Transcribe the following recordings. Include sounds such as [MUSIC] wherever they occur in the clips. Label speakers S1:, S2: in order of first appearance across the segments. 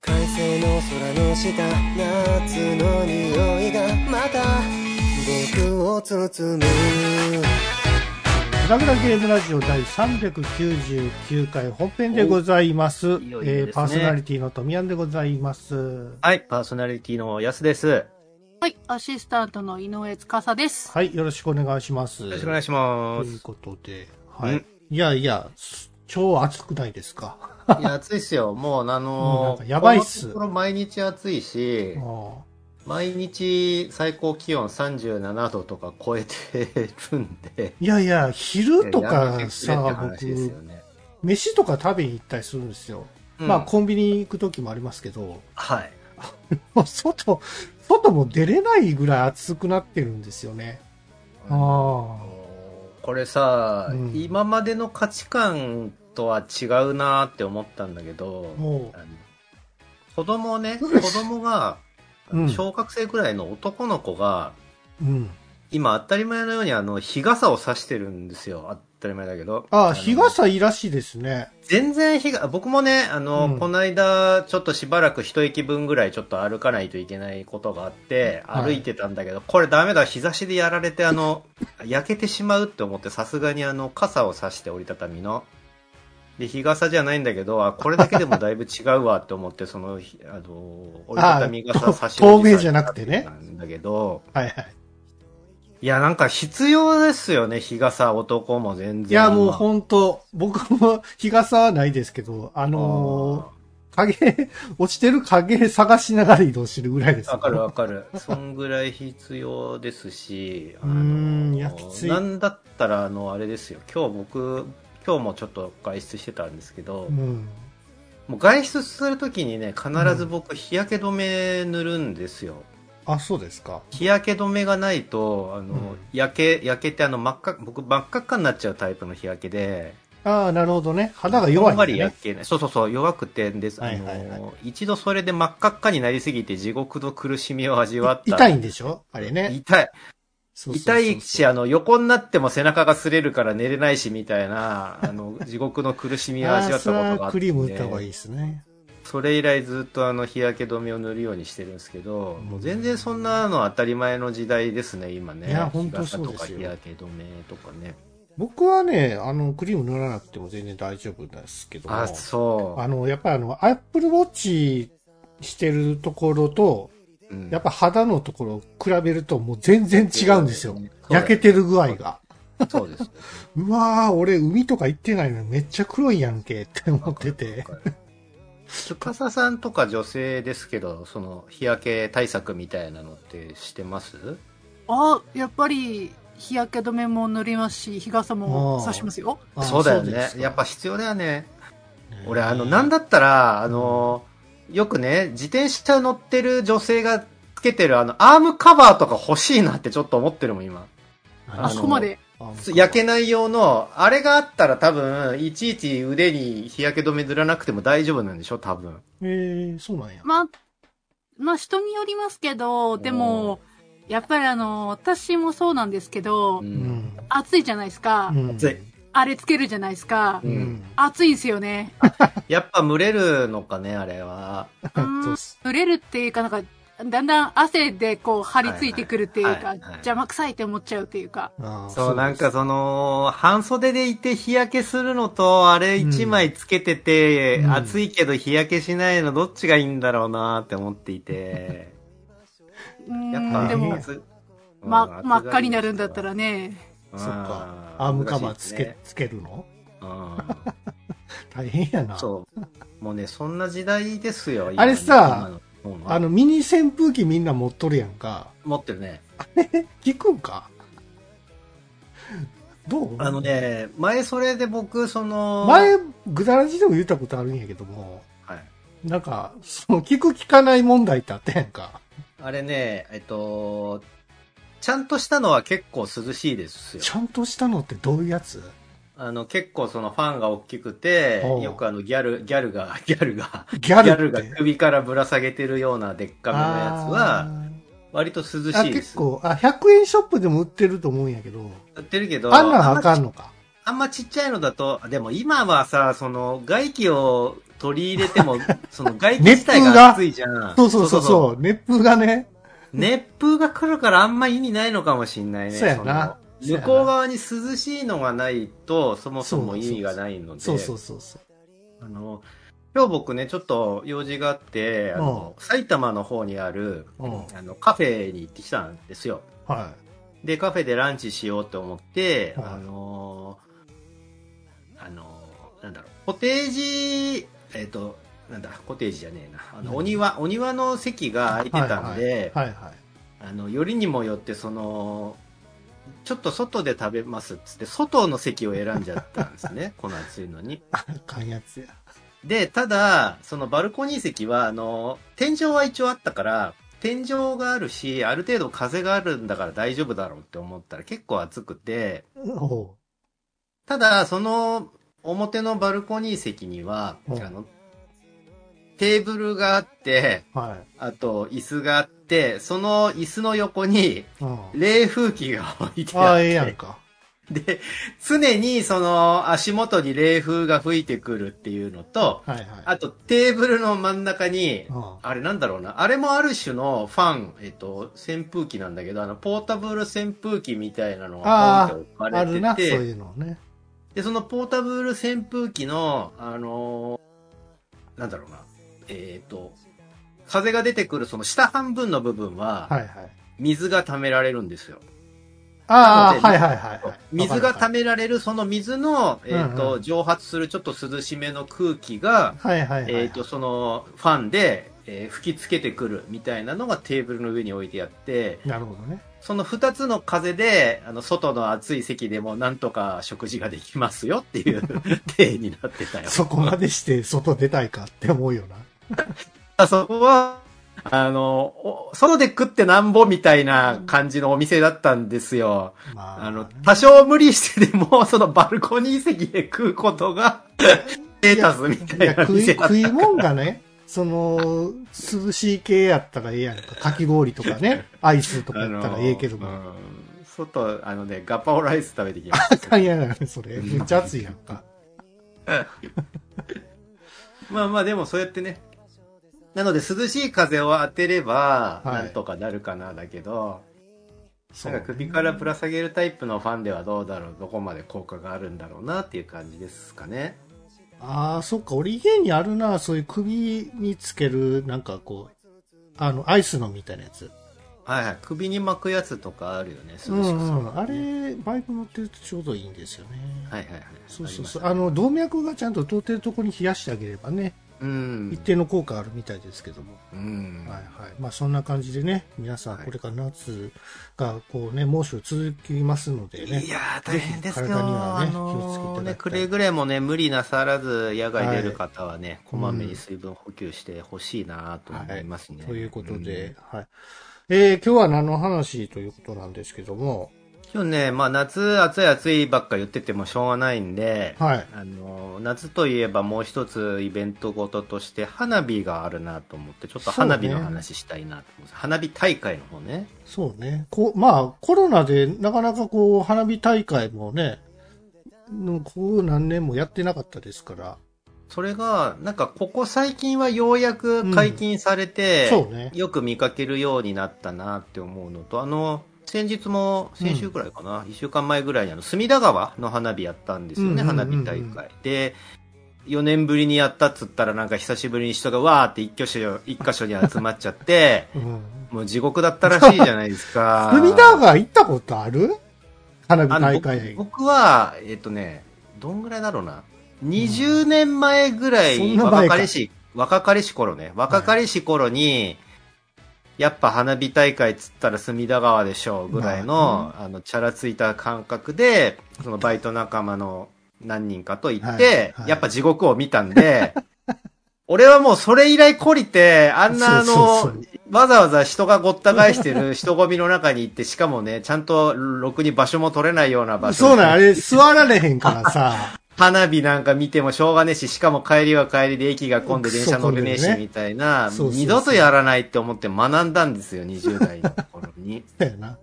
S1: 快晴の空の下夏の匂いがまた僕を包む
S2: グラグラゲームラジオ第399回本編でございます。
S3: いよいよ
S2: えー
S3: ですね
S2: パーソナリティの富山でございます。
S3: はい、パーソナリティの安です。
S4: はい、アシスタントの井上司です。
S2: はい、よろしくお願いします。
S3: よろしくお願いしま
S2: という
S3: す。
S2: ことで、は
S3: う
S2: い
S3: ん。
S2: いやいや、す超暑くないですか。
S3: いや、暑いっすよ。もう、
S2: もうな
S3: あ
S2: ん
S3: の
S2: か
S3: ー、
S2: やばいっす
S3: このところ毎日暑いし
S2: あ、ー
S3: 毎日最高気温37度とか超えてるんで。
S2: いやいや、昼と
S3: やめ
S2: か
S3: てくれって
S2: さ、
S3: 話ですよ
S2: 僕、
S3: ね
S2: 飯とか食べに行ったりするんですよ。
S3: うん
S2: まあ、コンビニ行く時もありますけど、
S3: はい。
S2: もう外、外も出れないぐらい暑くなってるんですよね。ああ。
S3: これさ、
S2: うん
S3: 今までの価値観とは違うなーって思ったんだけど、
S2: も
S3: あの子供ね、子供が、
S2: うん
S3: 小学生くらいの男の子が、
S2: う、うん。
S3: 今当たり前のようにあの、日傘を差してるんですよ。当たり前だけど。
S2: あ
S3: の
S2: あ、日傘いいらしいですね。
S3: 全然日が、僕もね、あの、
S2: うん
S3: この間、ちょっとしばらく一息分ぐらいちょっと歩かないといけないことがあって、
S2: はい
S3: 歩いてたんだけど、これダメだ、日差しでやられて、あの、焼けてしまうって思って、さすがにあの、傘を差して折りたたみの。で、日傘じゃないんだけど、あ、これだけでもだいぶ違うわって思って、その、ひあの、折りたたみ
S2: あ
S3: 傘
S2: あ
S3: 差し
S2: と透明じゃなくてね
S3: なんだけど、
S2: はいはい。
S3: いや、なんか必要ですよね、日傘、男も全然。
S2: いや、もう
S3: 今
S2: 本当僕も [LAUGHS] 日傘はないですけど、あのー影、落ちてる影探しながら移動してるぐらいです。
S3: わかるわかる。そんぐらい必要ですし、
S2: うーんいやきつい
S3: なんだったら、あの、あれですよ。今日僕、今日もちょっと外出してたんですけど、
S2: うん。
S3: もう外出するときにね、必ず僕、日焼け止め塗るんですよ。
S2: あ、そうですか。
S3: 日焼け止めがないと、あの、
S2: うん
S3: 焼け、焼けってあの、真っ赤、僕、真っ赤っかになっちゃうタイプの日焼けで、
S2: ああ、なるほどね。肌が弱いん
S3: あ
S2: だ
S3: んまり
S2: ね
S3: 焼。けない。そうそうそう、弱くてです。あの、
S2: はいはい
S3: 一度それで真っ赤っかになりすぎて地獄の苦しみを味わった。
S2: 痛いんでしょあれね。
S3: 痛い。
S2: そうそうそう
S3: 痛いし、あの、横になっても背中が擦れるから寝れないし、みたいな、あの、地獄の苦しみを
S2: あ
S3: 味わ
S2: ー
S3: っ
S2: そ
S3: た
S2: れ
S3: ことがあ
S2: は
S3: って。
S2: クリーム打った方がいい
S3: い。
S2: ですね。
S3: それ以来ずっとあの、日焼け止めを塗るようにしてるんですけど、もう全然そんなの当たり前の時代ですね、今ね。
S2: いや本当そうですよ
S3: 日傘とか日焼け止めとかね。
S2: 僕はね、あの、クリーム塗らなくても全然大丈夫なんですけども。
S3: あ、そ
S2: あの、やっぱりあの、アップルウォッチしてるところと、
S3: う。うん
S2: やっぱ肌のところを比べるともう全然違うんですよ
S3: そうだよね。
S2: 焼けてる具合が。
S3: そうです。
S2: うわー、俺海とか行ってないのにめっちゃ黒いやんけって思ってて。
S3: 司さんとか女性ですけど、その、日焼け対策みたいなのってしてます
S4: あ、やっぱり日焼け止めも塗りますし、日傘も差しますよ。
S2: あ
S3: そうだよ
S2: で
S3: ね
S2: す。か
S3: やっぱ必要だよね。
S2: ね
S3: 俺、あの、なんだったら、あの、よくね、自転車乗ってる女性がつけてる、あの、アームカバーとか欲しいなってちょっと思ってるもん、今。
S4: あ
S3: あの
S4: そこまで。
S2: あ
S3: 焼けない用の、あれがあったら多分、いちいち腕に日焼け止め塗らなくても大丈夫なんでしょ、多分。
S2: えー、そうなんや。
S4: まあ、まあ人によりますけど、でも、やっぱりあの、私もそうなんですけど、
S3: う。
S2: うんん。
S4: 暑いじゃないですか、
S2: うん
S3: 暑い。
S4: あれつけるじゃないですか。
S2: う
S3: うんん。
S4: 暑いんです
S3: [LAUGHS]
S4: よね。
S3: やっぱ蒸れるのかね、あれは。
S4: うん
S2: そうっす
S4: 濡れるっていうか、なんか、だんだん汗でこう張り付いてくるっていう
S3: はいは
S4: か
S3: いはいはい、
S4: 邪魔くさいって思っちゃうっていうか。
S2: あー
S3: そう、なんか
S2: そ
S3: その、半袖でいて日焼けするのと、あれ一枚つけてて、
S2: うん
S3: 暑いけど日焼けしないのどっちがいいんだろうなって思っていて。
S4: うん
S3: やっぱ、
S4: でも、
S3: 暑うん
S4: ま、真っ赤になるんだったらね。
S3: うん
S2: そっか。アームカバーつけ、つけるの
S3: う
S2: 大変や
S3: ん
S2: な。
S3: そう。もうね、そんな時代ですよ。
S2: あれさ
S3: 今の、今の
S2: あの、ミニ扇風機みんな持っとるやんか。
S3: 持ってるね。
S2: 聞くんかどう
S3: あのね、前それで僕、その、
S2: 前、ぐだらじでも言ったことあるんやけども、
S3: はい
S2: なんか、その、聞く聞かない問題ってあったやんか。
S3: あれね、えっと、ちゃんとしたのは結構涼しいですよ。
S2: ちゃんとしたのってどういうやつ
S3: あの、結構そのファンが大きくて
S2: おう、
S3: よくあのギャル、ギャルが、 [LAUGHS] ギャルが、
S2: ギャ
S3: ギャ
S2: ル
S3: ル
S2: って。
S3: が首からぶら下げてるようなでっかめのやつは、割と涼
S2: あーあ
S3: しいで
S2: 結
S3: す。
S2: 構、あ、100円ショップでも売ってると思うんやけど、
S3: 売ってるけど、
S2: あんなんあかんのか。
S3: あんまちっちゃいのだと、でも今はさ、その外気を取り入れ
S2: [LAUGHS]
S3: ても、その外気
S2: 熱風
S3: 自体
S2: が
S3: が熱いじゃん。
S2: そうそうそうそう。熱風がね。
S3: 熱風が来るからあんま意味ないのかもしんないね。
S2: そうやな
S3: そ
S2: そうや
S3: の
S2: な
S3: 向こう側に涼しいのがないと、そもそも意味がないので。
S2: そうそうそうそう。
S3: あの、今日僕ね、ちょっと用事があって、あの、埼玉の方にある、
S2: うん。
S3: あの、カフェに行ってきたんですよ。
S2: は
S3: で、カフェでランチしようと思って、
S2: はい
S3: あのーあのーなんだろう、コテージ、えっ、と、なんだ、コテージじゃねえな。あの、
S2: 何
S3: お庭、お庭の席が空いてたんで、
S2: い。はいはい。
S3: あの、よりにもよって、その、ちょっと外で食べますっつって、外の席を選んじゃったんですね。こ [LAUGHS] の暑いのに。
S2: あかんやつや。
S3: で、ただ、そのバルコニー席は、あの、天井は一応あったから、天井があるし、ある程度風があるんだから大丈夫だろうって思ったら結構暑くて、
S2: お
S3: ただ、その表のバルコニー席には、
S2: うん
S3: あの、テーブルがあって、
S2: うは
S3: あと椅子があって、その椅子の横に
S2: い。うん。
S3: 冷風機が置いて
S2: あ
S3: あっ
S2: あ、
S3: て
S2: ええやんか。
S3: で、常にその足元に冷風が吹いてくるっていうのと、
S2: はいはい。
S3: あとテーブルの真ん中に
S2: う、ん。
S3: あれなんだろうな。あれもある種のファン、えっと、扇風機なんだけど、あの、ポータブル扇風機みたいなのが
S2: あ
S3: ポン
S2: ー
S3: って置か
S2: あるな、
S3: れ
S2: そう
S3: てて、
S2: いうのね。
S3: で、そのポータブル扇風機の、あのーなんだろうな。えっ、と、風が出てくるその下半分の部分
S2: は
S3: は、
S2: いはい。
S3: 水が溜められるんですよ。
S2: あ
S3: なの
S2: あ、
S3: で
S2: はいはいはいはい。
S3: 水が溜
S2: め、
S3: められる、その水の、えっ、と、
S2: うんうん
S3: 蒸発するちょっと涼しめの空気が、
S2: はいはいはい。
S3: えっ、と、その、ファンで、えー吹きつけてくるみたいなのがテーブルの上に置いてあって、
S2: なるほどね。
S3: その二つの風で、あの、外の暑い席でもなんとか食事ができますよっていう体になってたよ。
S2: そこまでして外出たいかって思うよな。
S3: あそこは、あの、お外で食ってなんぼみたいな感じのお店だったんですよ。
S2: まあ、
S3: あの、多少無理してでも、そのバルコニー席で食うことが、ステータスみた
S2: い
S3: い
S2: や [LAUGHS]
S3: な
S2: 食い、
S3: 店だった
S2: 食い物がね、その、涼しい系やったらええやんか。かき氷とか [LAUGHS] ね、アイスとかやったらええけど
S3: あ
S2: も。
S3: のうん外、あのね、ガパオライス食べてきました。
S2: あかんやな、それ。めっちゃ暑いやんか。
S3: まあまあでもそうやってね。なので涼しい風を当てれば、
S2: はい
S3: なんとかなるかなだけど、
S2: そ
S3: なんか首からぶら下げるタイプのファンではどうだろう、どこまで効果があるんだろうなっていう感じですかね。
S2: ああ、そっか。俺家にあるな、そういう首につける、なんかこう、あの、アイスのみたいなやつ。
S3: はいはい。首に巻くやつとかあるよね、涼しくす
S2: う
S3: る
S2: ん、うん。あれ、バイク乗ってるとちょうどいいんですよね。
S3: はいはいはい。
S2: そうそうそう。
S3: あ
S2: あ
S3: りますね
S2: の、動脈がちゃんと通ってるところに冷やしてあげればね、
S3: うん
S2: 一。定の効果あるみたいですけども。
S3: うん。
S2: はいはい。まあそんな感じでね、皆さん
S3: はい
S2: これから夏がこうね、猛暑続きますのでね
S3: い。やー、大変ですよ。
S2: 体にはね
S3: あのーね、
S2: 気をつけていただきたい
S3: くれぐれもね、無理なさらず、野外出る方はね、こまめ
S2: うん
S3: に水分補給してほしいなと思いますね、
S2: ということで、はい。えー、今日は何の話ということなんですけども、
S3: 今日ね、まあ夏、暑い暑いばっか言っててもしょうがないんで、
S2: はい。
S3: あの、夏といえばもう一つイベントごととして花火があるなと思って、ちょっと花火
S2: そう
S3: の
S2: ね
S3: 話したいなと思って、花火大会の方ね。
S2: そうね。こう、まあコロナでなかなかこう、花火大会もね、のこう何年もやってなかったですから。
S3: それが、なんかここ最近はようやく解禁されて、
S2: そうね。
S3: よく見かけるようになったなって思うのと、あの、先日も、先週くらいかな、一、週間前ぐらいにあの、隅田川の花火やったんですよね、
S2: うんうんうんう
S3: 花
S2: ん
S3: 火大会。で、4年ぶりにやったっつったらなんか久しぶりに人がわーって一挙所、一箇所に集まっちゃって、
S2: うん。
S3: もう地獄だったらしいじゃないです
S2: [LAUGHS]
S3: か。
S2: 隅田川行ったことある花火
S3: あの
S2: 大
S3: 僕
S2: 会。
S3: 僕は、えっ、とね、どんぐらいだろうな。20年前ぐらい、
S2: そんな前
S3: 若
S2: か
S3: かりし、若かりし頃ね、若かりし頃に、やっぱ花火大会っつったら隅田川でしょうぐらいの、あの、チャラついた感覚で、そのバイト仲間の何人かと行って、
S2: はいはい
S3: やっぱ地獄を見たん
S2: [LAUGHS]
S3: で、俺はもうそれ以来懲りて、あんなあの、
S2: そうそう
S3: わざわざ人がごった返してる人混みの中に行って、し
S2: [LAUGHS]
S3: かもね、ちゃんとろくに場所も取れないような場所
S2: そうなん、あ
S3: に
S2: れ座られへんから
S3: [LAUGHS]
S2: さ。
S3: 花火なんか見てもしょうがねえし、しかも帰りは帰りで駅が混んで電車乗れねえ
S2: そう
S3: し
S2: そう、ね
S3: みたいな、
S2: そうそうそう
S3: 二度とやらないって思って学んだんですよ、20代の頃に。
S2: だよな。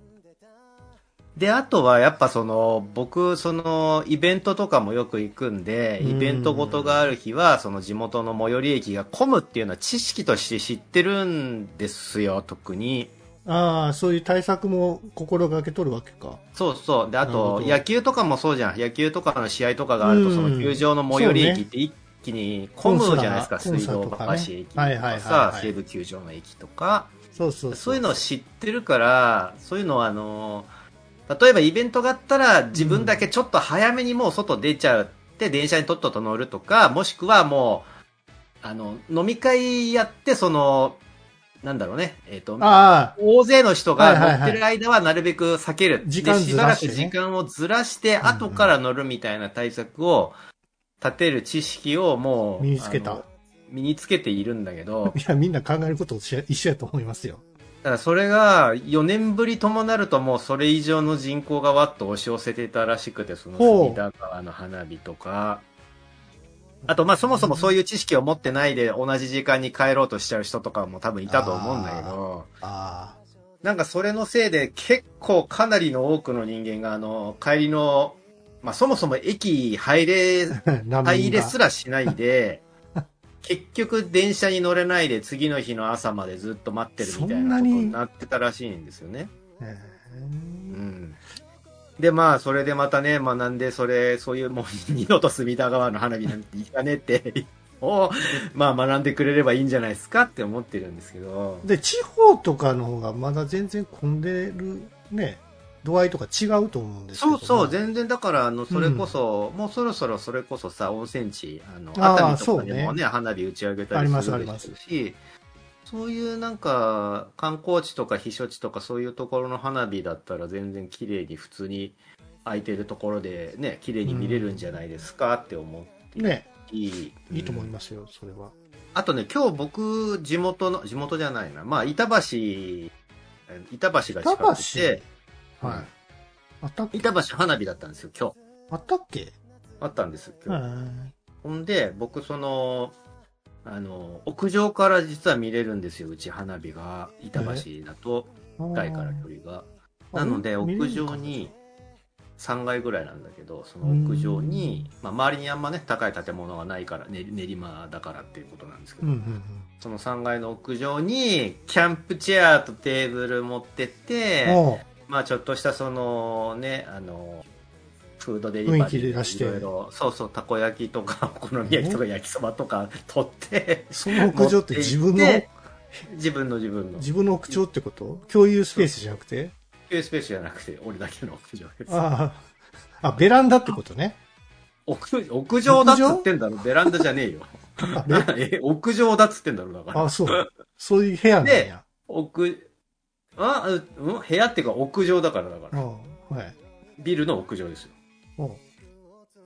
S3: で、あとはやっぱその、僕、その、イベントとかもよく行くんで、イベントごとがある日は、その地元の最寄り駅が混むっていうのは知識として知ってるんですよ、特に。
S2: ああ、そういう対策も心がけとるわけか。
S3: そうそう。で、あ
S2: なるほ
S3: と、
S2: ど
S3: 野球とかもそうじゃん。野球とかの試合とかがあると、
S2: うん
S3: その球場の最寄り駅
S2: そうね
S3: って一気に混むじゃないですか。
S2: コン
S3: 水
S2: サ
S3: 道
S2: ート
S3: 橋
S2: とかね
S3: 駅と
S2: はいはいは
S3: か
S2: いは
S3: さ、
S2: い
S3: 西武球場の駅とか。
S2: そうそう
S3: そういうのを知ってるから、そういうのはあの、例えばイベントがあったら自分だけちょっと早めにもう外出ちゃって電車にとっとと乗るとか、もしくはもう、あの、飲み会やってその、なんだろうね、えっ、と、
S2: あ
S3: 大勢の人
S2: はいはいは
S3: が
S2: い
S3: 乗ってる間はなるべく避ける。
S2: 時間
S3: でし
S2: ず
S3: ば
S2: ら
S3: ら
S2: して
S3: く
S2: ね
S3: 時間をずらして、
S2: ん
S3: 後から乗るみたいな対策を立てる知識をも
S2: あ、
S3: う、
S2: 身につけ
S3: あ
S2: た
S3: の。。身につけているんだ
S2: [LAUGHS]
S3: けど
S2: い、や、みんな考えること一緒一緒やと思いますよ。
S3: だからそれが4年ぶりともなるともうそれ以上の人口がわっと押し寄せていたらしくて、その
S2: ほう
S3: 隅田川の花火とか。あと、まあそもそもそういう知識を持ってないで同じ時間に帰ろうとしちゃう人とかも多分いたと思うんだけど、
S2: あ
S3: なんかそれのせいで結構かなりの多くの人間があの帰りの、まあそもそも駅入れ
S2: [LAUGHS] あ、な
S3: 入れすらしな
S2: [LAUGHS]
S3: いで、結局電車に乗れないで次の日の朝までずっと待ってるみたいなこ
S2: そ
S3: と
S2: んなに
S3: になってたらしいんですよね。うん。で、まあ、それでまたね、学んで、それ、そういう、もう二度と隅田川の花火なんて行かねえって、 [LAUGHS] を、まあ、学んでくれればいいんじゃないですかって思ってるんですけど、
S2: で、地方とかの方がまだ全然混んでるね、度合いとか違うと思うんですけど
S3: そ
S2: ね、
S3: うそう、全然だから、あの、それこそ、もうそろそろそれこそさ、温泉地、あの、
S2: あー
S3: 熱海とかで
S2: そ
S3: も
S2: う
S3: ね、花火打ち上げた
S2: あ
S3: り
S2: り
S3: す
S2: ます
S3: るで
S2: ありま
S3: し
S2: す
S3: ょうし、そういうなんか、観光地とか避暑地とかそういうところの花火だったら全然綺麗に普通に空いてるところでね、綺麗に見れるんじゃないですかって思っていて
S2: ね、
S3: いい。
S2: いいと思い
S3: す。
S2: ますよ、それは。
S3: あとね、今日僕、地元の、地元じゃないな。まあ、板橋、え板橋が近
S2: 板橋
S3: くて、
S2: はい。あったっけ
S3: 板橋花火だったんですよ、今日。
S2: あったっけ
S3: あったんです、
S2: う
S3: 今日。
S2: ん
S3: ほんで、僕、その、あの、屋上から実は見れるんですよ、うち花火が。板橋だと、近いから距離が。なので、
S2: あ見れ
S3: 屋
S2: るのか
S3: 上に、3階ぐらいなんだけど、その屋上に、まあ、周りにあんまね、高い建物がないから、ね、練馬だからっていうことなんですけど、
S2: うんうんうん。
S3: その3階の屋上に、キャンプチェアとテーブル持ってって、
S2: おう
S3: まあちょっとしたそのね、あの、フードデリバリ
S2: 雰囲気
S3: ー
S2: で出して
S3: いろいろ、そうそう、たこ焼きと
S2: [LAUGHS]
S3: か、お好み焼きとか、焼きそばとか取って、
S2: その屋上って自分の
S3: 持、って行って自分の自分の。
S2: 自分の屋上ってこと共有スペースじゃなくて
S3: 給油スペースじゃなくて、俺だけの屋上です。
S2: ああ。あ、ベランダってことね。
S3: 屋屋上だっつってんだろ、ベランダじゃねえよ。 [LAUGHS]
S2: あれ
S3: なえ、屋上だっつってんだろ、だから。
S2: あ、そう。そういう部屋なんや。
S3: 屋、あ、ううん、部屋っていうか屋上だからだか
S2: う
S3: ら。
S2: ん。はい。
S3: ビルの屋上ですよ。
S2: おう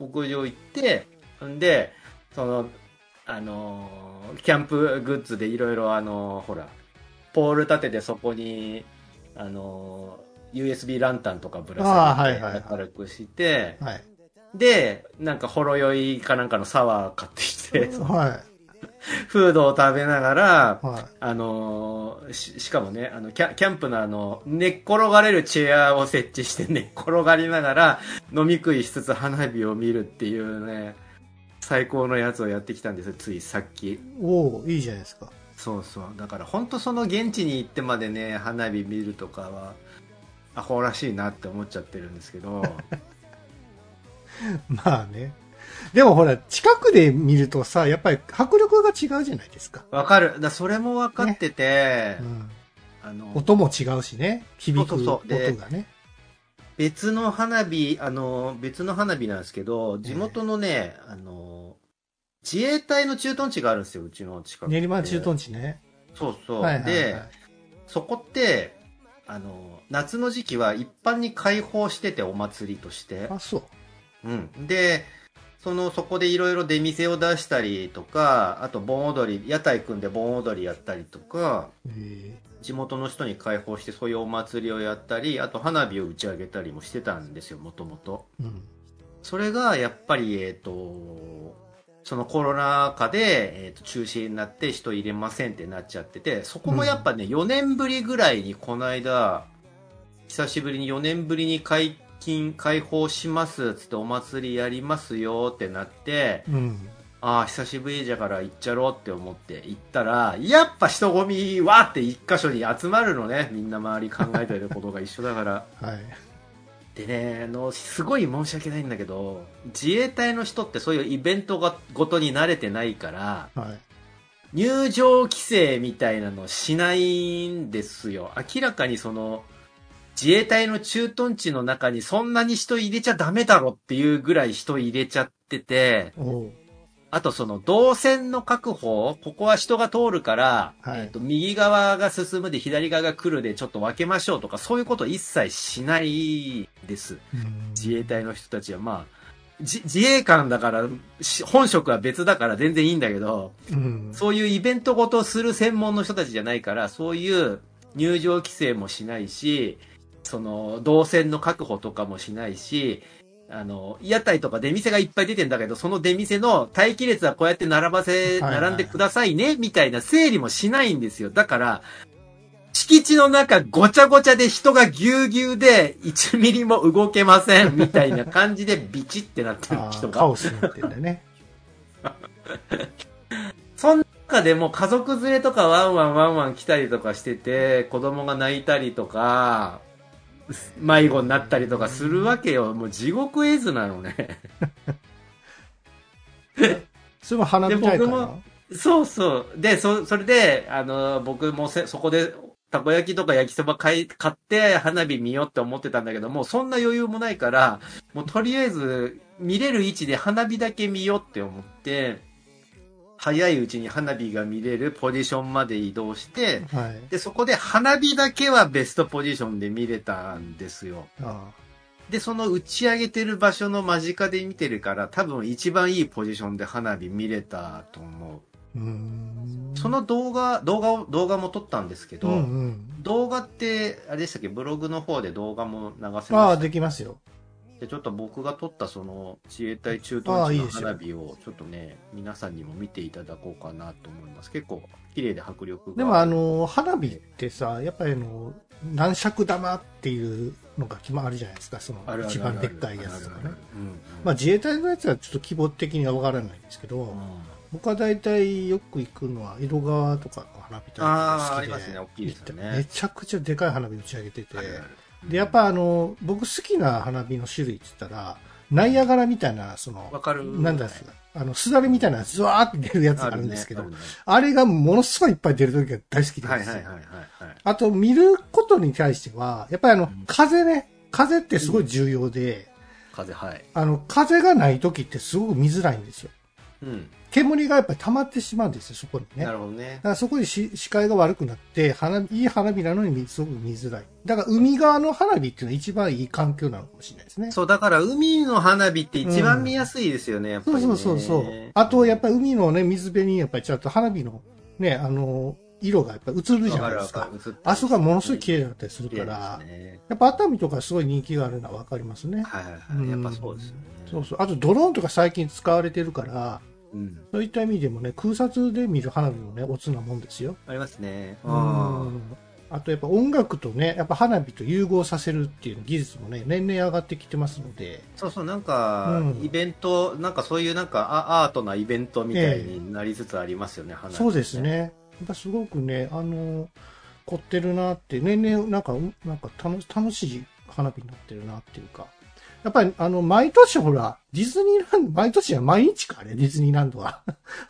S3: 屋上行って、んで、その、あのーキャンプグッズでいろいろあのーほら、ポール立ててそこに、あのー USB ランタンとかぶら
S2: あー
S3: 下
S2: は
S3: げ
S2: いはいは
S3: て
S2: い
S3: 明るくして、
S2: はい。
S3: で、なんかほろ酔いかなんかのサワー買ってき
S2: [LAUGHS]
S3: て、
S2: は
S3: フードを食べながら
S2: い。、はい。
S3: あのーし、しかもね、あの、キャキャンプのあの、寝っ転がれるチェアを設置して寝っ転がりながら、飲み食いしつつ花火を見るっていうね、最高のやつをやってきたんですよ、ついさっき。
S2: おおいいじゃないですか。 [LAUGHS]
S3: そうそう。だから本当その現地に行ってまでね、花火見るとかは、アホらしいなって思っちゃってるんですけど、
S2: まあね。でもほら、近くで見るとさ、やっぱり迫力が違うじゃないですか。
S3: わかる。だそれもわかってて、
S2: うん、
S3: あの、
S2: 音も違うしね。響く
S3: そうそうそう
S2: 音
S3: で
S2: がね。
S3: 別の花火、あの、別の花火なんですけど、地元のね、あの、自衛隊の駐屯地があるんですよ、うちの近く。
S2: 練馬駐
S3: 地。
S2: 屯地ね。
S3: そうそう。
S2: はいはい、はい
S3: で、そこって、あの、夏の時期は一般に開放してて、お祭りとして。
S2: あ、そう。
S3: うん。で、その、そこでいろいろ出店を出したりとか、あと盆踊り、屋台組んで盆踊りやったりとか、
S2: え
S3: 地元の人に開放してそういうお祭りをやったり、あと花火を打ち上げたりもしてたんですよ、もともと。
S2: ーうん。
S3: それがやっぱり、えっ、と、そのコロナ禍で、えーと中止になって人入れませんってなっちゃってて、そこもやっぱね、4年ぶりぐらいにこの間、久しぶりに4年ぶりに解禁、解放します、つってお祭りやりますよってなって、
S2: うん。
S3: ああ、久しぶりじゃから行っちゃろうって思って行ったら、やっぱ人混みわーって一箇所に集まるのね。みんな周り考えてることが一緒だから。
S2: はい。
S3: でね、あの、すごい申し訳ないんだけど、自衛隊の人ってそういうイベントがごとに慣れてないから、
S2: はい。
S3: 入場規制みたいなのしないんですよ。明らかにその、自衛隊の駐屯地の中にそんなに人入れちゃダメだろっていうぐらい人入れちゃってて、
S2: おう
S3: あとその動線の確保、ここは人が通るから、
S2: はい
S3: えっと右側が進むで左側が来るでちょっと分けましょうとか、そういうこと一切しないです。
S2: うん
S3: 自衛隊の人たちはまあ、じ自衛官だから、し本職は別だから全然いいんだけど、
S2: うん。
S3: そういうイベントごとをする専門の人たちじゃないから、そういう入場規制もしないし、その、動線の確保とかもしないし、あの、屋台とか出店がいっぱい出てんだけど、その出店の待機列はこうやって並ばせ、
S2: はいはい
S3: 並んでくださいね、みたいな整理もしないんですよ。だから、敷地の中ごちゃごちゃで人がぎゅうぎゅうで1ミリも動けません、みたいな感じでビチってなってる
S2: あ
S3: 人
S2: ー
S3: が
S2: カ。オスになってんだよ
S3: [LAUGHS]
S2: ね。
S3: その中でも家族連れとかワンワンワンワン来たりとかしてて、子供が泣いたりとか、迷子になったりとかするわけよ。もう地獄絵図なのね。
S2: それも花火大会
S3: で
S2: な
S3: 僕もそうそう。で、そ、それで、あの、僕もせそこで、たこ焼きとか焼きそば買い、買って花火見ようって思ってたんだけども、そんな余裕もないから、もうとりあえず見れる位置で花火だけ見ようって思って、早いうちに花火が見れるポジションまで移動して、
S2: はい。
S3: で、そこで花火だけはベストポジションで見れたんですよ。
S2: あ
S3: で、その打ち上げてる場所の間近で見てるから、多分一番いいポジションで花火見れたと思
S2: ーうーん。
S3: う。その動画、動画を、動画も撮ったんですけ
S2: う
S3: ど、
S2: んうん。
S3: 動画って、あれでしたっけ、ブログの方で動画も流せまし
S2: ああ、
S3: た。
S2: できますよ。
S3: で、ちょっと僕が撮ったその自衛隊駐屯
S2: ああい
S3: 地
S2: い
S3: の
S2: ですよ
S3: 花火を、ちょっとね、皆さんにも見ていただこうかなと思います。結構、綺麗で迫力が。
S2: でもあの、花火ってさ、やっぱりあの、軟尺玉っていうのが決まるじゃないですか、その
S3: あるあるあるある、
S2: 一番でっかいやつとか
S3: ある
S2: ね
S3: ある。あるうんうん
S2: まあ自衛隊のやつはちょっと規模的にはわからないんですけど、僕は大体よく行くのは江戸川とかの花火大会が
S3: あー
S2: 好
S3: あ
S2: き
S3: り
S2: で。
S3: ますね大きいですよね
S2: めちゃくちゃでかい花火打ち上げてて。
S3: あるある
S2: で、やっぱあの、僕好きな花火の種類って言ったら、ナイアガラみたいな、そ
S3: わ
S2: の、
S3: かる
S2: なんだっすか、あの、すだれみたいな、ズワーって出るやつが
S3: あ
S2: あ
S3: る
S2: るん
S3: ね
S2: ですけ
S3: あ
S2: ど
S3: る、ね
S2: あれがものすごいいっぱい出る時が大好きな
S3: は
S2: ん
S3: い
S2: で
S3: は
S2: す
S3: い
S2: よ
S3: はい。はいはい
S2: あと、見ることに対しては、やっぱりあの
S3: ん、
S2: 風ね、風ってすごい重要で、
S3: 風はい
S2: あの、風がない時ってすごく見づらいんですよ。
S3: うん
S2: 煙がやっぱり溜まってしまうんですよ、そこにね。
S3: な
S2: だ
S3: るほどね
S2: からそこにし視界が悪くなって、花火、いい花火なのにすごく見づらい。だから海側の花火っていうのは一番いい環境なのかもしれないですね。
S3: そうだから海の花火って一番見やすいですよねやっ
S2: そ
S3: ぱ
S2: う
S3: り
S2: そう
S3: ね
S2: そうそう。あと、やっぱり海のね、水辺にやっぱりちゃんと花火のね、あの、色がやっぱり映るじゃないです
S3: わ
S2: か
S3: るわ。る映って
S2: あそこがものすごい綺麗だったりする
S3: 綺
S2: か
S3: 麗で
S2: ら、
S3: すね
S2: やっぱ熱海とかすごい人気があるのはわかりますね。
S3: はいはいはいやっぱそうですよね
S2: そうそう。あとドローンとか最近使われてるから、
S3: うん
S2: そういった意味でもね、空撮で見る花火もね、おつなもんですよ。
S3: ありますね
S2: う
S3: あ
S2: ん。あとやっぱ音楽とね、やっぱ花火と融合させるっていう技術もね、年々上がってきてますので、
S3: そうそうなんか
S2: うん
S3: イベントなんかそういうなんかあアートなイベントみたいになりつつありますよね花火
S2: そうですね。やっぱすごくね、あの、凝ってるなって、年々なんか、うんなんか楽し楽しい花火になってるなっていうか。やっぱり、あの、毎年ほら、ディズニーランド、毎年は毎日か、あれ、ディズニーランド
S3: [LAUGHS]
S2: は。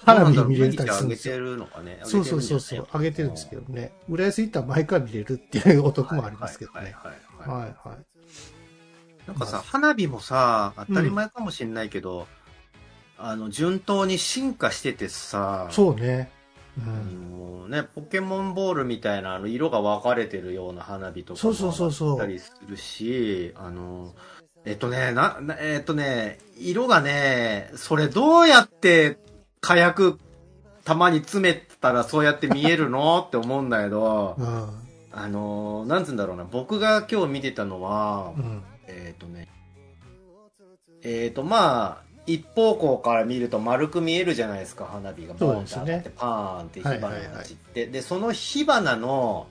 S2: 花火見れたりするんですよ。
S3: どうなんだろう毎日上げてるのかね
S2: そうそうそうそう、上げてるんですけどね。浦安行ったら毎回見れるっていうお得もありますけど
S3: はい
S2: ね。
S3: はいはいはい
S2: はいはい。
S3: なんかさ、花火もさ、当たり前かもしれないけど、あの、順当に進化しててさ、
S2: そうね。う
S3: あ
S2: ん。
S3: のね、ポケモンボールみたいな、あの、色が分かれてるような花火とか
S2: そうそうそうそう
S3: あったりするし、あの、えっとね、な、なえっとね、色がね、それどうやって火薬、玉に詰めたらそうやって見えるのって思うんだけど
S2: う、ん。
S3: あの、なんつうんだろうな、僕が今日見てたのは
S2: う、ん。
S3: えっ、とね、えっ、とまあ、一方向から見ると丸く見えるじゃないですか、花火が。
S2: そうですね
S3: ボーンって上がってパーンって火花
S2: はいはいは
S3: が
S2: い
S3: 散って。で、その火花の、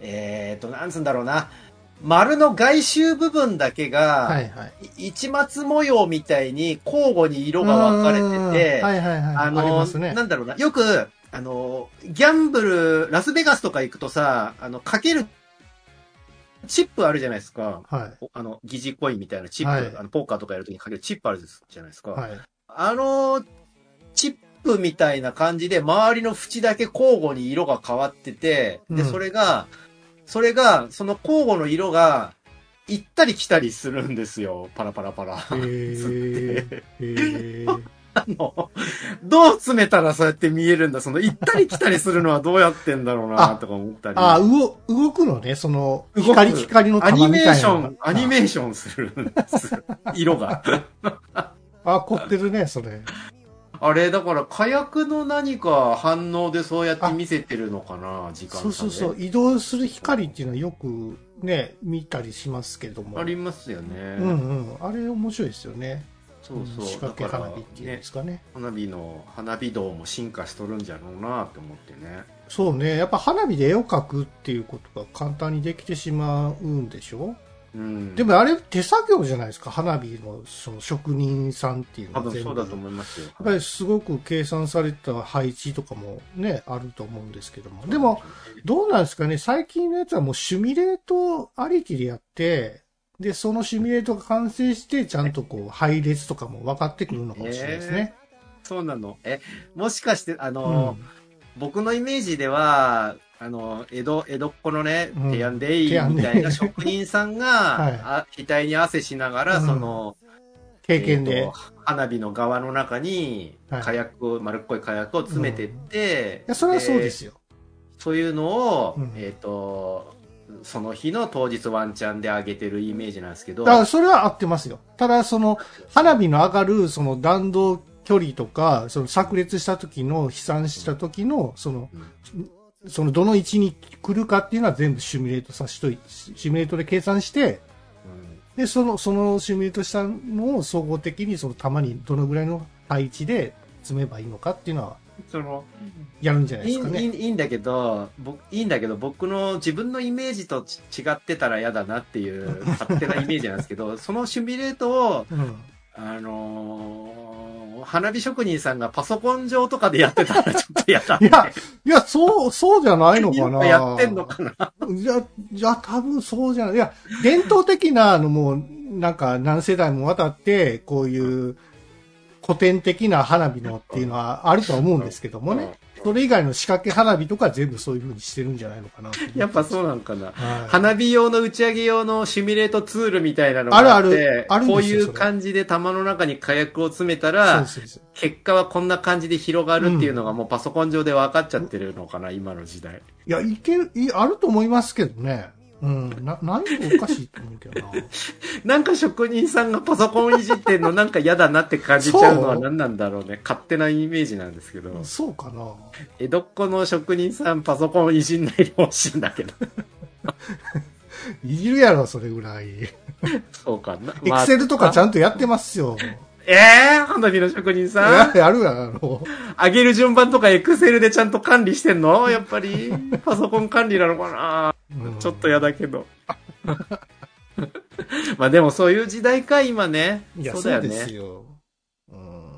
S3: えっ、と、なんつうんだろうな、丸の外周部分だけが、
S2: はいはい。
S3: い一末模様みたいに交互に色が分かれてて、
S2: うんはいはいはい。
S3: あ
S2: あり
S3: の、
S2: ますね。
S3: なんだろうな、よく、あの、ギャンブル、ラスベガスとか行くとさ、あの、かける、チップあるじゃないですか。
S2: は
S3: おあの、疑似コインみたいなチップ、
S2: はい
S3: あのポーカーとかやるときにかけるチップあるじゃないですか。
S2: い。はい。
S3: あの、チップみたいな感じで、周りの縁だけ交互に色が変わってて、
S2: う
S3: で、
S2: ん
S3: それが、それが、その交互の色が、行ったり来たりするんですよ。パラパラパラ。
S2: え
S3: [LAUGHS]
S2: ー、えー、
S3: のどう詰めたらそうやって見えるんだ。その行ったり来たりするのはどうやってんだろうな、
S2: あ
S3: とか思ったり。
S2: あ、うお動くのね、その、
S3: 動く
S2: 光光の
S3: ア
S2: 玉
S3: ニ
S2: み
S3: メ
S2: た
S3: ー
S2: い
S3: シ
S2: な
S3: ョ
S2: のが。
S3: ン、アニメーションするんです。色が。
S2: ああ、凝ってるね、それ。
S3: あれ、だから火薬の何か反応でそうやって見せてるのかな、時間
S2: そ
S3: 差で
S2: うそうそう。移動する光っていうのはよくね、見たりしますけども。
S3: ありますよね。
S2: うんうん。あれ面白いですよね。
S3: そうそう。
S2: 仕掛け
S3: だから
S2: 花火っていうん
S3: ね
S2: で、すかね。
S3: 花火の、花火道も進化しとるんじゃろうなって思ってね。
S2: そうね。やっぱ花火で絵を描くっていうことが簡単にできてしまうんでしょ
S3: うん。
S2: で、もあれ手作業じゃないですか。花火のその職人さんっていうの
S3: 多
S2: は
S3: 分
S2: 全部
S3: そうだと思いますよ。
S2: やっぱりすごく計算された配置とかもね、あると思うんですけども。でも、、どうなんですかね最近のやつはもうシミュレートありきでやって、で、そのシミュレートが完成して、ちゃんとこう、配列とかも分かってくるのかもしれないですね。
S3: そうなの。え、もしかして、あ
S2: う
S3: の、
S2: ん。
S3: 僕のイメージでは、あの、江戸、江戸っ子のね
S2: うん、
S3: テヤンデイみたいな職人さんが、
S2: [LAUGHS] はい
S3: あ額に汗しながら、
S2: うん
S3: その、
S2: 経験
S3: え
S2: で
S3: ーと。花火の側の中に、
S2: はい
S3: 火薬を、丸っこい火薬を詰めてって、
S2: いや、それはそうですよ。
S3: そういうのを、
S2: うん
S3: えっ、と、その日の当日ワンチャンで上げてるイメージなんですけど、
S2: だから、それは合ってますよ。ただ、その、花火の上がる、その弾道距離とか、その炸裂した時の、飛散した時の、その、その、どの位置に来るかっていうのは全部シミュレートさしといて、シミュレートで計算して、
S3: うん
S2: で、その、そのシミュレートしたのを総合的に、その玉にどのぐらいの配置で積めばいいのかっていうのは
S3: その、
S2: やるんじゃない
S3: い
S2: で
S3: い
S2: すか
S3: い
S2: ね。
S3: いいいんだけど、僕、いいんだけど、僕の自分のイメージとち違ってたら嫌だなっ
S2: [LAUGHS]
S3: ていう勝手なイメージなんですけど、そのシミュレートを、
S2: うん。
S3: あのー花火職人さんがパソコン上とかでやってたらちょっと嫌だ。
S2: いや、いや、そう、そうじゃないのかな。
S3: やってんのかな。
S2: いや、いや、多分そうじゃない。いや、伝統的な、あの、もう、なんか、何世代もわたって、こういう、古典的な花火のっていうのはあるとは思うんですけどもね。それ以外の仕掛け花火とか全部そういう風にしてるんじゃないのかなと思
S3: [LAUGHS] やっぱそうなのかな。
S2: はい
S3: 花火用の打ち上げ用のシミュレートツールみたいなの
S2: ある
S3: が
S2: あ
S3: あっ
S2: る
S3: て、
S2: あるんですよ
S3: こうい
S2: そうれ
S3: 感じで玉の中に火薬を詰めた
S2: そう
S3: ら、
S2: そうそう。
S3: 結果はこんな感じで広がるっていうのがもうパソコン上で分かっちゃってるのかな、今の時代。
S2: いや、いける、いあると思いますけどね。うん。な、ないとおかしいと思うけどな。
S3: なんか職人さんがパソコンいじって
S2: [LAUGHS]
S3: んのなんか嫌だなって感じちゃうのは何なんだろうね。勝手なイメージなんですけど。
S2: そうかな。
S3: 江戸っ子の職人さんパソコンいじんないでほしいんだけど。 [LAUGHS]
S2: いじるやろ、それぐらい。エ
S3: そうかな。
S2: クセルとかちゃん
S3: ん
S2: とやってますよ。
S3: えー、花火の職人さ
S2: [LAUGHS]
S3: ん
S2: ややるやろ。
S3: 上げる順番とかエクセルでちゃんと管理してんのやっぱり。パソコン管理なのかな、
S2: うん
S3: ちょっと嫌だけど。 [LAUGHS] まあでもそういう時代か、今ね。
S2: いや、
S3: そう
S2: そ
S3: だ
S2: う
S3: よ
S2: です
S3: ね。
S2: よ。うん。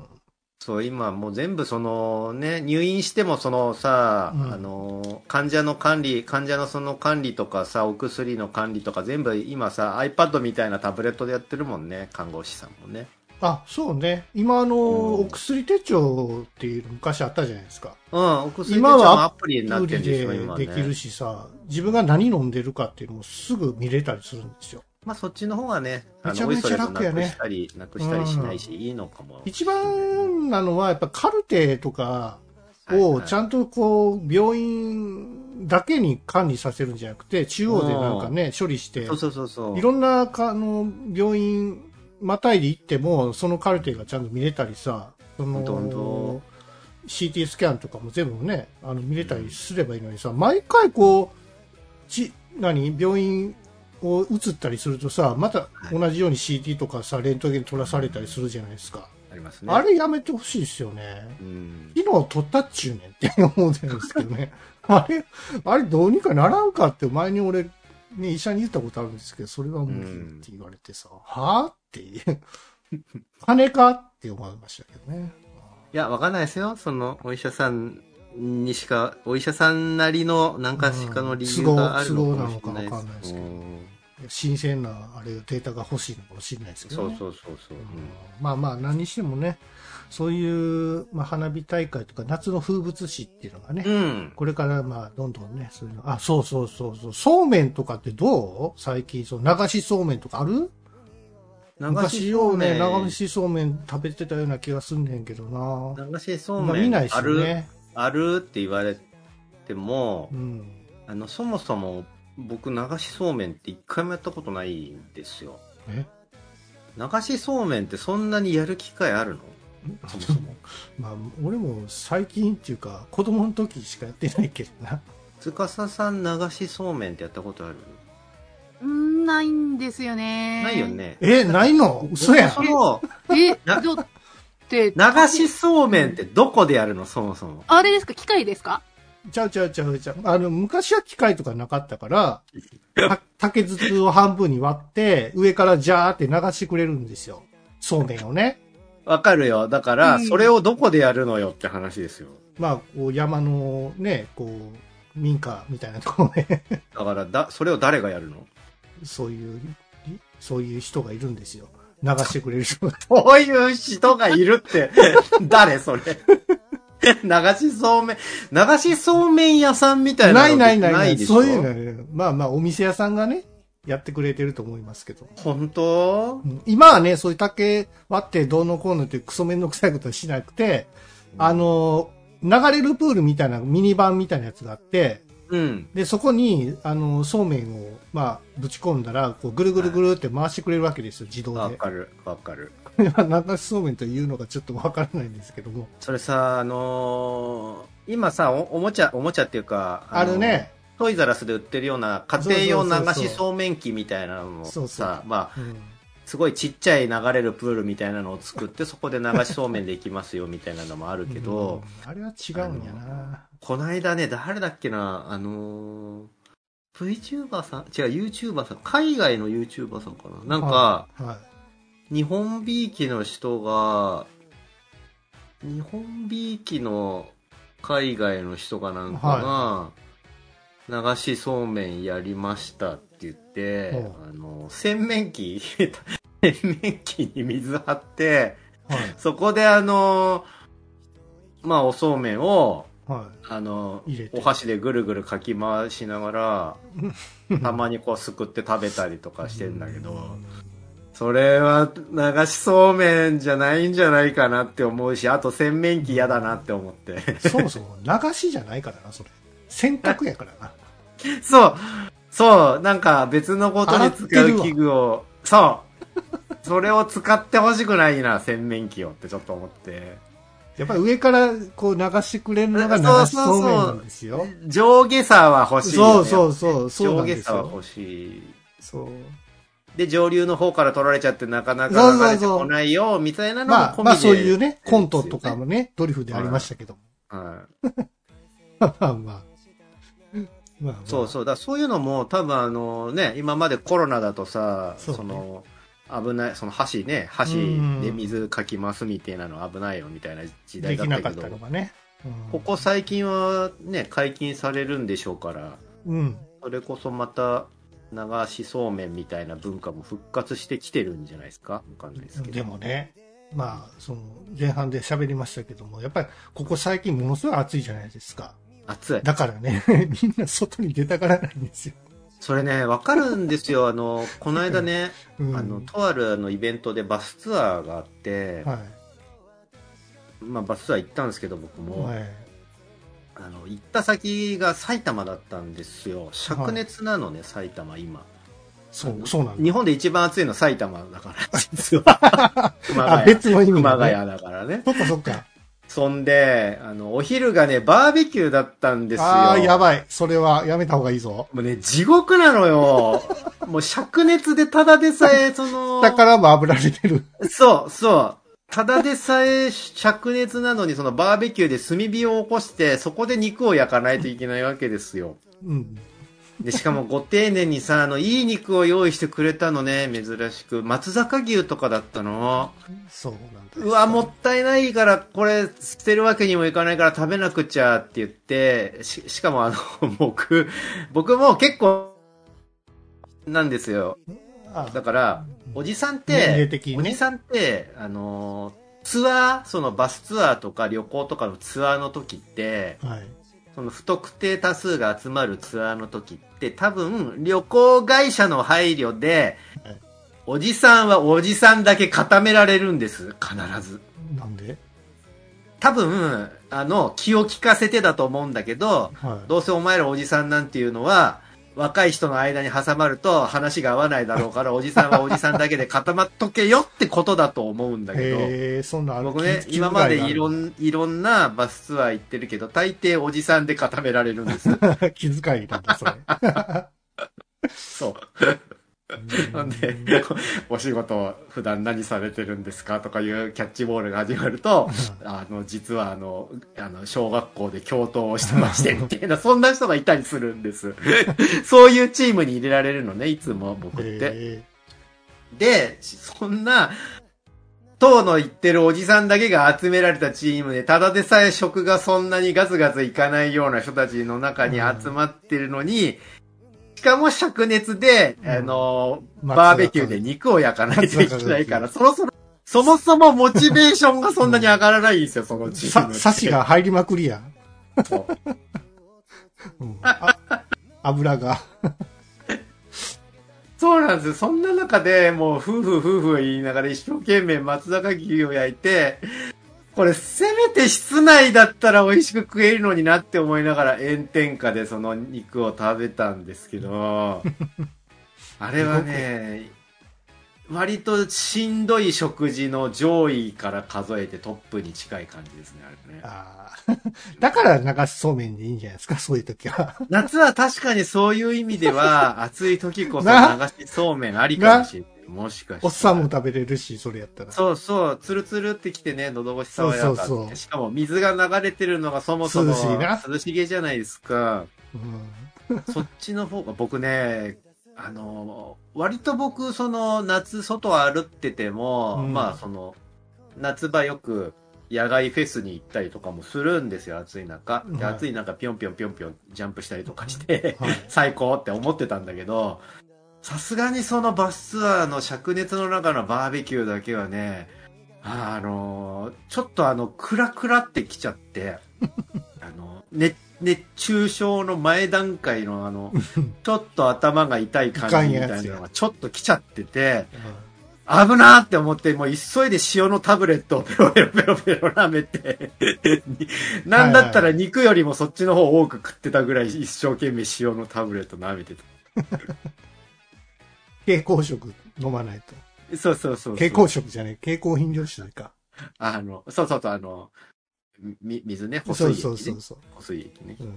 S3: そう、今もう全部そのね、入院してもそのさ、
S2: うん
S3: あの、患者の管理、患者のその管理とかさ、お薬の管理とか全部今さ、iPad みたいなタブレットでやってるもんね、看護師さんもね。
S2: あ、そうね。今、あの、
S3: う
S2: お
S3: ん
S2: 薬手帳っていうの昔あったじゃないですか。
S3: うん、お薬
S2: 今は
S3: 手帳もアプリになっ
S2: 無
S3: てる
S2: 理
S3: んで
S2: で
S3: しょ、今
S2: で
S3: ね。
S2: きるしさ、自分が何飲んでるかっていうのもすぐ見れたりするんですよ。
S3: まあそっちの方がね、あ
S2: めちゃ
S3: の、お
S2: め
S3: い
S2: ち
S3: そ
S2: ゃ
S3: れとな
S2: 楽やね
S3: くしたり、なくしたりしないし、いいのかも。
S2: 一番なのは、やっぱカルテとか
S3: はいは
S2: を
S3: い
S2: ちゃんとこう、病院だけに管理させるんじゃなくて、中央でなんかね、処理して
S3: そ、うそうそうそう。
S2: いろんなかあの病院またいで行っても、そのカルテがちゃんと見れたりさ、そ
S3: ほんとほんと
S2: の CT スキャンとかも全部ね、あの見れたりすればいいのにさ、毎回こう、ち何病院を移ったりするとさ、また
S3: はい
S2: 同じように CT とかさ、レントゲン取らされたりするじゃないですか。
S3: ありますね。
S2: あれやめてほしいですよね。
S3: うん。
S2: 機能取ったっちゅう [LAUGHS] ねんって思うんですけどね。あれ、あれどうにかならんかって前に俺、ね、医者に言ったことあるんですけど、それは無理って言われてさ、はぁっていう。 [LAUGHS] 金かって思いましたけどね。
S3: いや、わかんないですよ。その、お医者さんにしか、お医者さんなりの何かしかの理由があるのかもしれない
S2: 都合都合なのかわかんないですけど
S3: うん
S2: 新鮮な、あれ、データが欲しいのかもしれないですけど、
S3: そ
S2: ね。
S3: うそうそうそう。
S2: うんまあまあ、何にしてもね、そういう、まあ、花火大会とか、夏の風物詩っていうのがね、
S3: うん。うん
S2: これからまあ、どんどんね、そういうの、あ、そうそうそうそう、そうめんとかってどう最近、そう、流しそうめんとかある昔をね、流しそうめん食べてたような気がすんねんけどな。
S3: 流しそう
S2: まあ
S3: め
S2: 見
S3: ん
S2: ないし
S3: ある、
S2: ね。
S3: あるって言われても、
S2: うん。
S3: あの、そもそも僕流しそうめんって一回もやったことないんですよ。
S2: え
S3: 流しそうめんってそんなにやる機会あるのそもそも。
S2: まあ、俺も最近っていうか、子供の時しかやってないけどな。 [LAUGHS]
S3: 司さん流しそうめんってやったことある
S4: うん、ないんですよね。
S3: ないよ。ね。
S2: え、ない
S3: [LAUGHS]
S2: の嘘やん
S3: そ。の、
S4: え、
S3: な
S4: どって、
S3: 流しそうめんってどこでやるのそもそも。
S4: あれですか機械ですか
S2: ちゃうちゃうちゃうちゃう。あの、昔は機械とかなかった
S3: [LAUGHS]
S2: から、た竹筒を半分に割って、上からジャーって流してくれるんですよ。そうめんをね。
S3: わかるよ。だから、
S4: うん
S3: それをどこでやるのよって話ですよ。
S2: まあ、こう山のね、こう、民家みたいなところで、
S3: だから、だ、それを誰がやるの
S2: そういう、そういう人がいるんですよ。流してくれる人が。
S3: そういう人がいるって、 [LAUGHS] 誰それ。 [LAUGHS] 流しそうめん、流しそうめん屋さんみたいな
S2: な
S3: の
S2: いないない
S3: な
S2: ないい。
S3: でし
S2: そ
S3: ょ
S2: ういうのはね、まあまあ、お店屋さんがね、やってくれてると思いますけど。
S3: 本当
S2: うん今はね、そういう竹割ってどうのこうのっていうクソめんどくさいことはしなくて、あの、流れるプールみたいな、ミニバンみたいなやつがあって、
S3: うん。
S2: で、そこに、あの、そうめんを、まあ、ぶち込んだら、こう、ぐるぐるぐるって回してくれるわけですよ、自動
S3: わ
S2: で。
S3: かる、わかる。
S2: これ [LAUGHS] は流しそうめんというのがちょっとわからないんですけども。
S3: それさ、あのー今さお、おもちゃ、おもちゃっていうか、
S2: あ
S3: の
S2: る。ね。
S3: トイザらスで売ってるような家庭用流しそうめん機みたいなのもさ、
S2: そうそう
S3: まあ、
S2: うん
S3: すごいちっちゃい流れるプールみたいなのを作って、そこで流しそうめんできますよみたいなのもあるけど、
S2: うんあれは違うんやな。
S3: この間ね、誰だっけな、あのー、VTuber さん違う、YouTuber さん海外の YouTuber さんかななんか、
S2: は
S3: 日本びいきの人が、日本びいきの海外の人がなんかが、流しそうめんやりましたって言って、
S2: う
S3: あの、洗面器、 [LAUGHS] 洗面器に水張って、
S2: い。はい。
S3: そこであの、まあ、おそうめんを、
S2: は
S3: あの
S2: 入れ、て
S3: お箸でぐるぐるかき回し
S2: [LAUGHS]
S3: ながら、たまにこうすくって食べたりとか
S2: い。
S3: してんだけど、
S2: うん
S3: それは流しそうめんじゃないんじゃないかなって思うし、あと洗面器嫌だなって思って。 [LAUGHS]
S2: そもそも流しじゃないからな、それ。洗濯やからな。
S3: そう、そう、なんか別のことに使う器具を、そう、それを使ってほしくないな、洗面器をってちょっと思って。
S2: やっぱり上からこう流してくれるのが流しそうめんなんですよ。
S3: 上下差は欲しい
S2: そ
S3: よ、
S2: う
S3: ね。
S2: そうそう、そうな
S3: 上
S2: んで
S3: 下
S2: す
S3: 差は
S2: よ。
S3: 欲しい。
S2: そう。
S3: で、上流の方から取られちゃってなかな
S2: そう
S3: か
S2: そう
S3: 流れて
S2: そう
S3: こないよ、みたいなのも
S2: ま
S3: 込み
S2: あ、
S3: で。
S2: まあそういうね、コントとかもね、ドリフでありましたけど。
S3: はい。
S2: [LAUGHS] まあまあ。まあまあ
S3: そうそう。だからそういうのも、多分あのね、今までコロナだとさ、
S2: そ
S3: そう
S2: ね
S3: の、危ない、その箸ね、箸
S2: うん
S3: で水かきますみたいなの危ないよみたいな時代
S2: で
S3: だ
S2: き
S3: っ
S2: なか
S3: た
S2: っ
S3: け
S2: たの
S3: ど、
S2: がね。うん
S3: ここ最近はね、解禁されるんでしょうから、
S2: うん。
S3: それこそまた、流しそうめんみたいな文化も復活してきてるんじゃないですかわかんないですけど。
S2: でもね、まあ、その、前半で喋りましたけども、やっぱり、ここ最近ものすごい暑いじゃないですか。
S3: 暑い。
S2: だからね、 [LAUGHS] みんな外に出たがらないんですよ。
S3: それね、わかるんですよ。あの、この間ね、
S2: うん、
S3: あの、とあるあのイベントでバスツアーがあって、
S2: はい。
S3: まあバスツアー行ったんですけど、僕も。
S2: はい。
S3: あの行った先が埼玉だったんですよ灼熱なのね、埼玉今
S2: そう、そうなんだ。
S3: 日本で一番暑いのは埼玉だから実は
S2: [LAUGHS]
S3: 熊
S2: あ、
S3: 谷
S2: 別の意味
S3: 熊
S2: だ、ね。
S3: 谷だからね
S2: そっかそっか。
S3: そんであのお昼がねバーベキューだったんですよ
S2: ああ、や
S3: い
S2: ばい。それはやめた方がいいぞ。
S3: もうね地獄な
S2: [LAUGHS]
S3: のよもう灼熱でただでさえその
S2: だからも炙られてる。
S3: そうそうただでさえ灼熱なのにそのバーベキューで炭火を起こしてそこで肉を焼かないといけないわけですよ
S2: うん。
S3: で、しかもご丁寧にさ、あの、いい肉を用意してくれたのね、珍しく。松坂牛とかだったの。
S2: そうなんだ。
S3: うわ、もったいないから、これ、捨てるわけにもいかないから食べなくちゃって言って、し、しかもあの、 [LAUGHS] 僕、僕も結構、なんですよ。
S2: あ
S3: だから、おじさんっ
S2: 年齢
S3: て、
S2: 的に
S3: お
S2: ね
S3: じさんって、あの、ツアー、そのバスツアーとか旅行とかのツアーの時って、
S2: はい。
S3: その不特定多数が集まるツアーの時って多分旅行会社の配慮で
S2: はい、
S3: おじさんはおじさんだけ固められるんです。必ず。
S2: なんで
S3: 多分、あの、気を利かせてだと思うんだけど、
S2: はい。
S3: どうせお前らおじさんなんていうのは、若い人の間に挟まると話が合わないだろうから、おじさんはおじさんだけで固まっとけよってことだと思うんだけど。
S2: へえ、そんなある
S3: 僕ね、
S2: 気
S3: 今まで
S2: 気遣い
S3: い
S2: が
S3: ろん、いろんなバスツアー行ってるけど、大抵おじさんで固められるん
S2: [LAUGHS]
S3: です。
S2: ある気遣いなんだ、それ。
S3: そう。
S2: う
S3: [LAUGHS] なんで、お仕事普段何されてるんですかとかいうキャッチボールが始まると、あの、実はあの、あの、小学校で教頭をしてまして、みたいな、そんな人がいたりする
S2: [LAUGHS]
S3: んです。そういうチームに入れられるのね、いつも僕って。
S2: へ
S3: で、そんな、当の言ってるおじさんだけが集められたチームで、ただでさえ職がそんなにガツガツいかないような人たちの中に集まってるのに、しかも灼熱で、
S2: うん
S3: あの、
S2: 松坂
S3: バーベキューで肉を焼かないといけないから、そろそろ、そもそもモチベーションがそんなに上がらないんですよ、その
S2: え
S3: チームっ
S2: さ、サ
S3: て。
S2: シが入りまくりやん。
S3: そう。
S2: うんあ油が。
S3: そうなんですよ。そんな中で、もう、夫婦夫婦言いながら一生懸命松坂牛を焼いて、これ、せめて室内だったら美味しく食えるのになって思いながら炎天下でその肉を食べたんです
S2: [LAUGHS]
S3: けど、あれはね、割としんどい食事の上位から数えてトップに近い感じですね、あれね。
S2: あーだから流しそうめんでいいんじゃないですか、そういう時は。
S3: 夏は確かにそういう意味
S2: [LAUGHS]
S3: では、暑い時こそ
S2: な
S3: 流しそうめんありかもしれない。もしかして。
S2: おっさんも食べれるし、それやったら。
S3: そうそう、つるつるってきてね、喉越し爽やかって
S2: そうそうそう
S3: しかも水が流れてるのがそもそも
S2: 涼しいな
S3: 涼しげじゃないですか。
S2: うん
S3: そっちの方が僕ね、あの、割と僕、その夏外歩ってても、
S2: うん
S3: まあその、夏場よく野外フェスに行ったりとかもするんですよ、暑い中。で
S2: はい
S3: 暑い中、ぴょんぴょんぴょんぴょんジャンプしたりとかして。
S2: はい。
S3: 最高って思ってたんだけど、さすがにそのバスツアーの灼熱の中のバーベキューだけはね、あの、ちょっとあの、クラクラってきちゃって、 [LAUGHS] あの、熱、熱中症の前段階のあの、ちょっと頭が痛い感じみたいなのがちょっと来ちゃってて、危なーって思って、もう急いで塩のタブレットを [LAUGHS] ペロペロペロペロ舐めて、 [LAUGHS] なんだったら肉よりもそっちの方多く食ってたぐらい一生懸命塩のタブレット舐めてた。
S2: 蛍光色飲まないと。
S3: そうそうそうそう。
S2: 蛍光色じゃねえ、蛍光飲料酒か。
S3: あの、そうそうそう、あの、み、水ね、
S2: そ
S3: 細いう液、ね。
S2: そうそうそう。
S3: 細い液ね。
S2: うん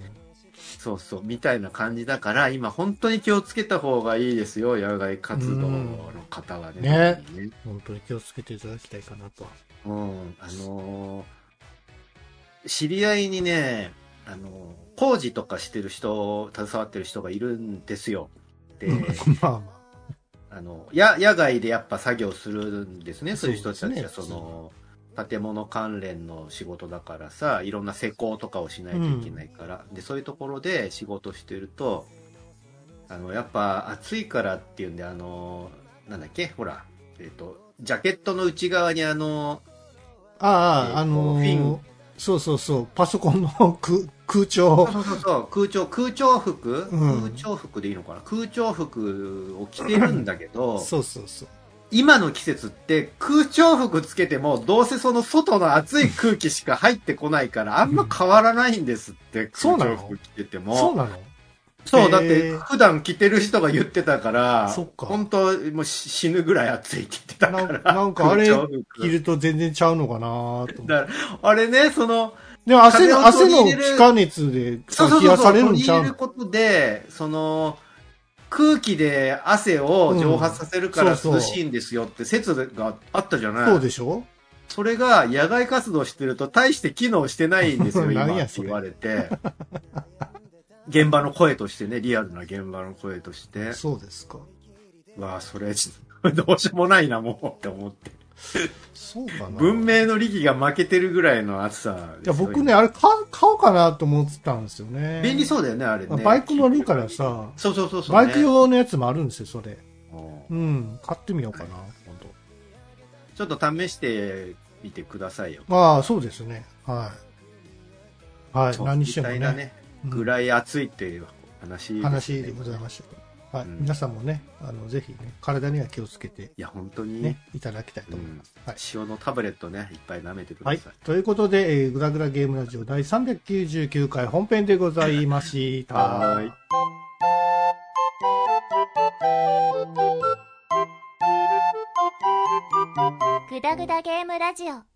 S3: そうそう、みたいな感じだから、今本当に気をつけた方がいいですよ、野外活動の方はね。
S2: うん
S3: 特にね
S2: 本当に気をつけていただきたいかなと。
S3: うん、あのー知り合いにね、あのー工事とかしてる人、携わってる人がいるんですよ。で、
S2: まあま
S3: あの、や、野外でやっぱ作業するんですね、そういう人たち
S2: そうで
S3: は。
S2: す
S3: そ
S2: ね
S3: の、建物関連の仕事だからさ、いろんな施工とかをしないといけないから。で、そういうところで仕事してると、あの、やっぱ暑いからっていうんで、あの、なんだっけ、ほら、えっ、と、ジャケットの内側にあの、
S2: あ。ああ、あの
S3: フィン
S2: ー、そうそうそう、パソコンの空空調。
S3: そうそうそう、空調、空調服、
S2: うん
S3: 空調服でいいのかな空調服を着てるんだけど、
S2: そうそうそう。
S3: 今の季節って空調服つけてもどうせその外の暑い空気しか入ってこないからあんま変わらないんですって、
S2: そう
S3: 空
S2: なの
S3: 調服着てて
S2: そ
S3: も
S2: う。なの
S3: そう
S2: へー
S3: だって普段着てる人が言ってたから、
S2: そっか
S3: 本当もうし死ぬぐらい暑いって言ってたから。
S2: ななんかあれ
S3: 空調服
S2: 着ると全然ちゃうのかなと思って。
S3: だからあれね、その、
S2: でも汗の、
S3: 風を
S2: 汗
S3: 取り
S2: の
S3: 入れる
S2: 気化熱で
S3: そうそう
S2: 冷
S3: そう
S2: や
S3: そ
S2: さ
S3: う。
S2: れるん
S3: 取り
S2: ちゃ
S3: 入
S2: う
S3: れる
S2: の
S3: ことで、その、空気で汗を蒸発させるから
S2: うんそうそう
S3: 涼しいんですよって説があったじゃない、
S2: そうでしょ
S3: それが野外活動してると大して機能してないんですよ、
S2: 何
S3: 今
S2: や
S3: って
S2: それ
S3: 言われて。現場の声としてね、リアルな現場の声として。
S2: そうですか。
S3: わあ、それ、ちょっとどうしようもないな、もう、って思って。
S2: そうかな。
S3: 文
S2: い
S3: 明の力が負けてるぐらいの暑さで
S2: や、
S3: すよ。
S2: 僕ね、あれ買う買おうかなと思ってたんですよね。
S3: 便利そうだよね、あれね。
S2: バイク乗るからさ、
S3: そうそうそうそう、
S2: バイク。用のやつもあるんですよ、それ。う
S3: うん
S2: ん、買ってみようかな、今度。
S3: ちょっと試してみてくださいよ。
S2: まあ、そうですね。はい。はい、
S3: そう
S2: 何しても
S3: み
S2: ね。
S3: たいなね。
S2: うん
S3: ぐらい暑いっていう話、
S2: 話でござい
S3: す。
S2: ました。はい、
S3: うん
S2: 皆さんもね、あの、ぜひね、体には気をつけて
S3: いや、本当に、
S2: ね、いただきたいと思います。はい。
S3: 塩のタブレットね、いっぱい舐めてくださ。
S2: はいい。ということで、えー、グダグダゲームラジオ第399回本編でございました。
S3: はーい。
S5: グダグダゲームラジオ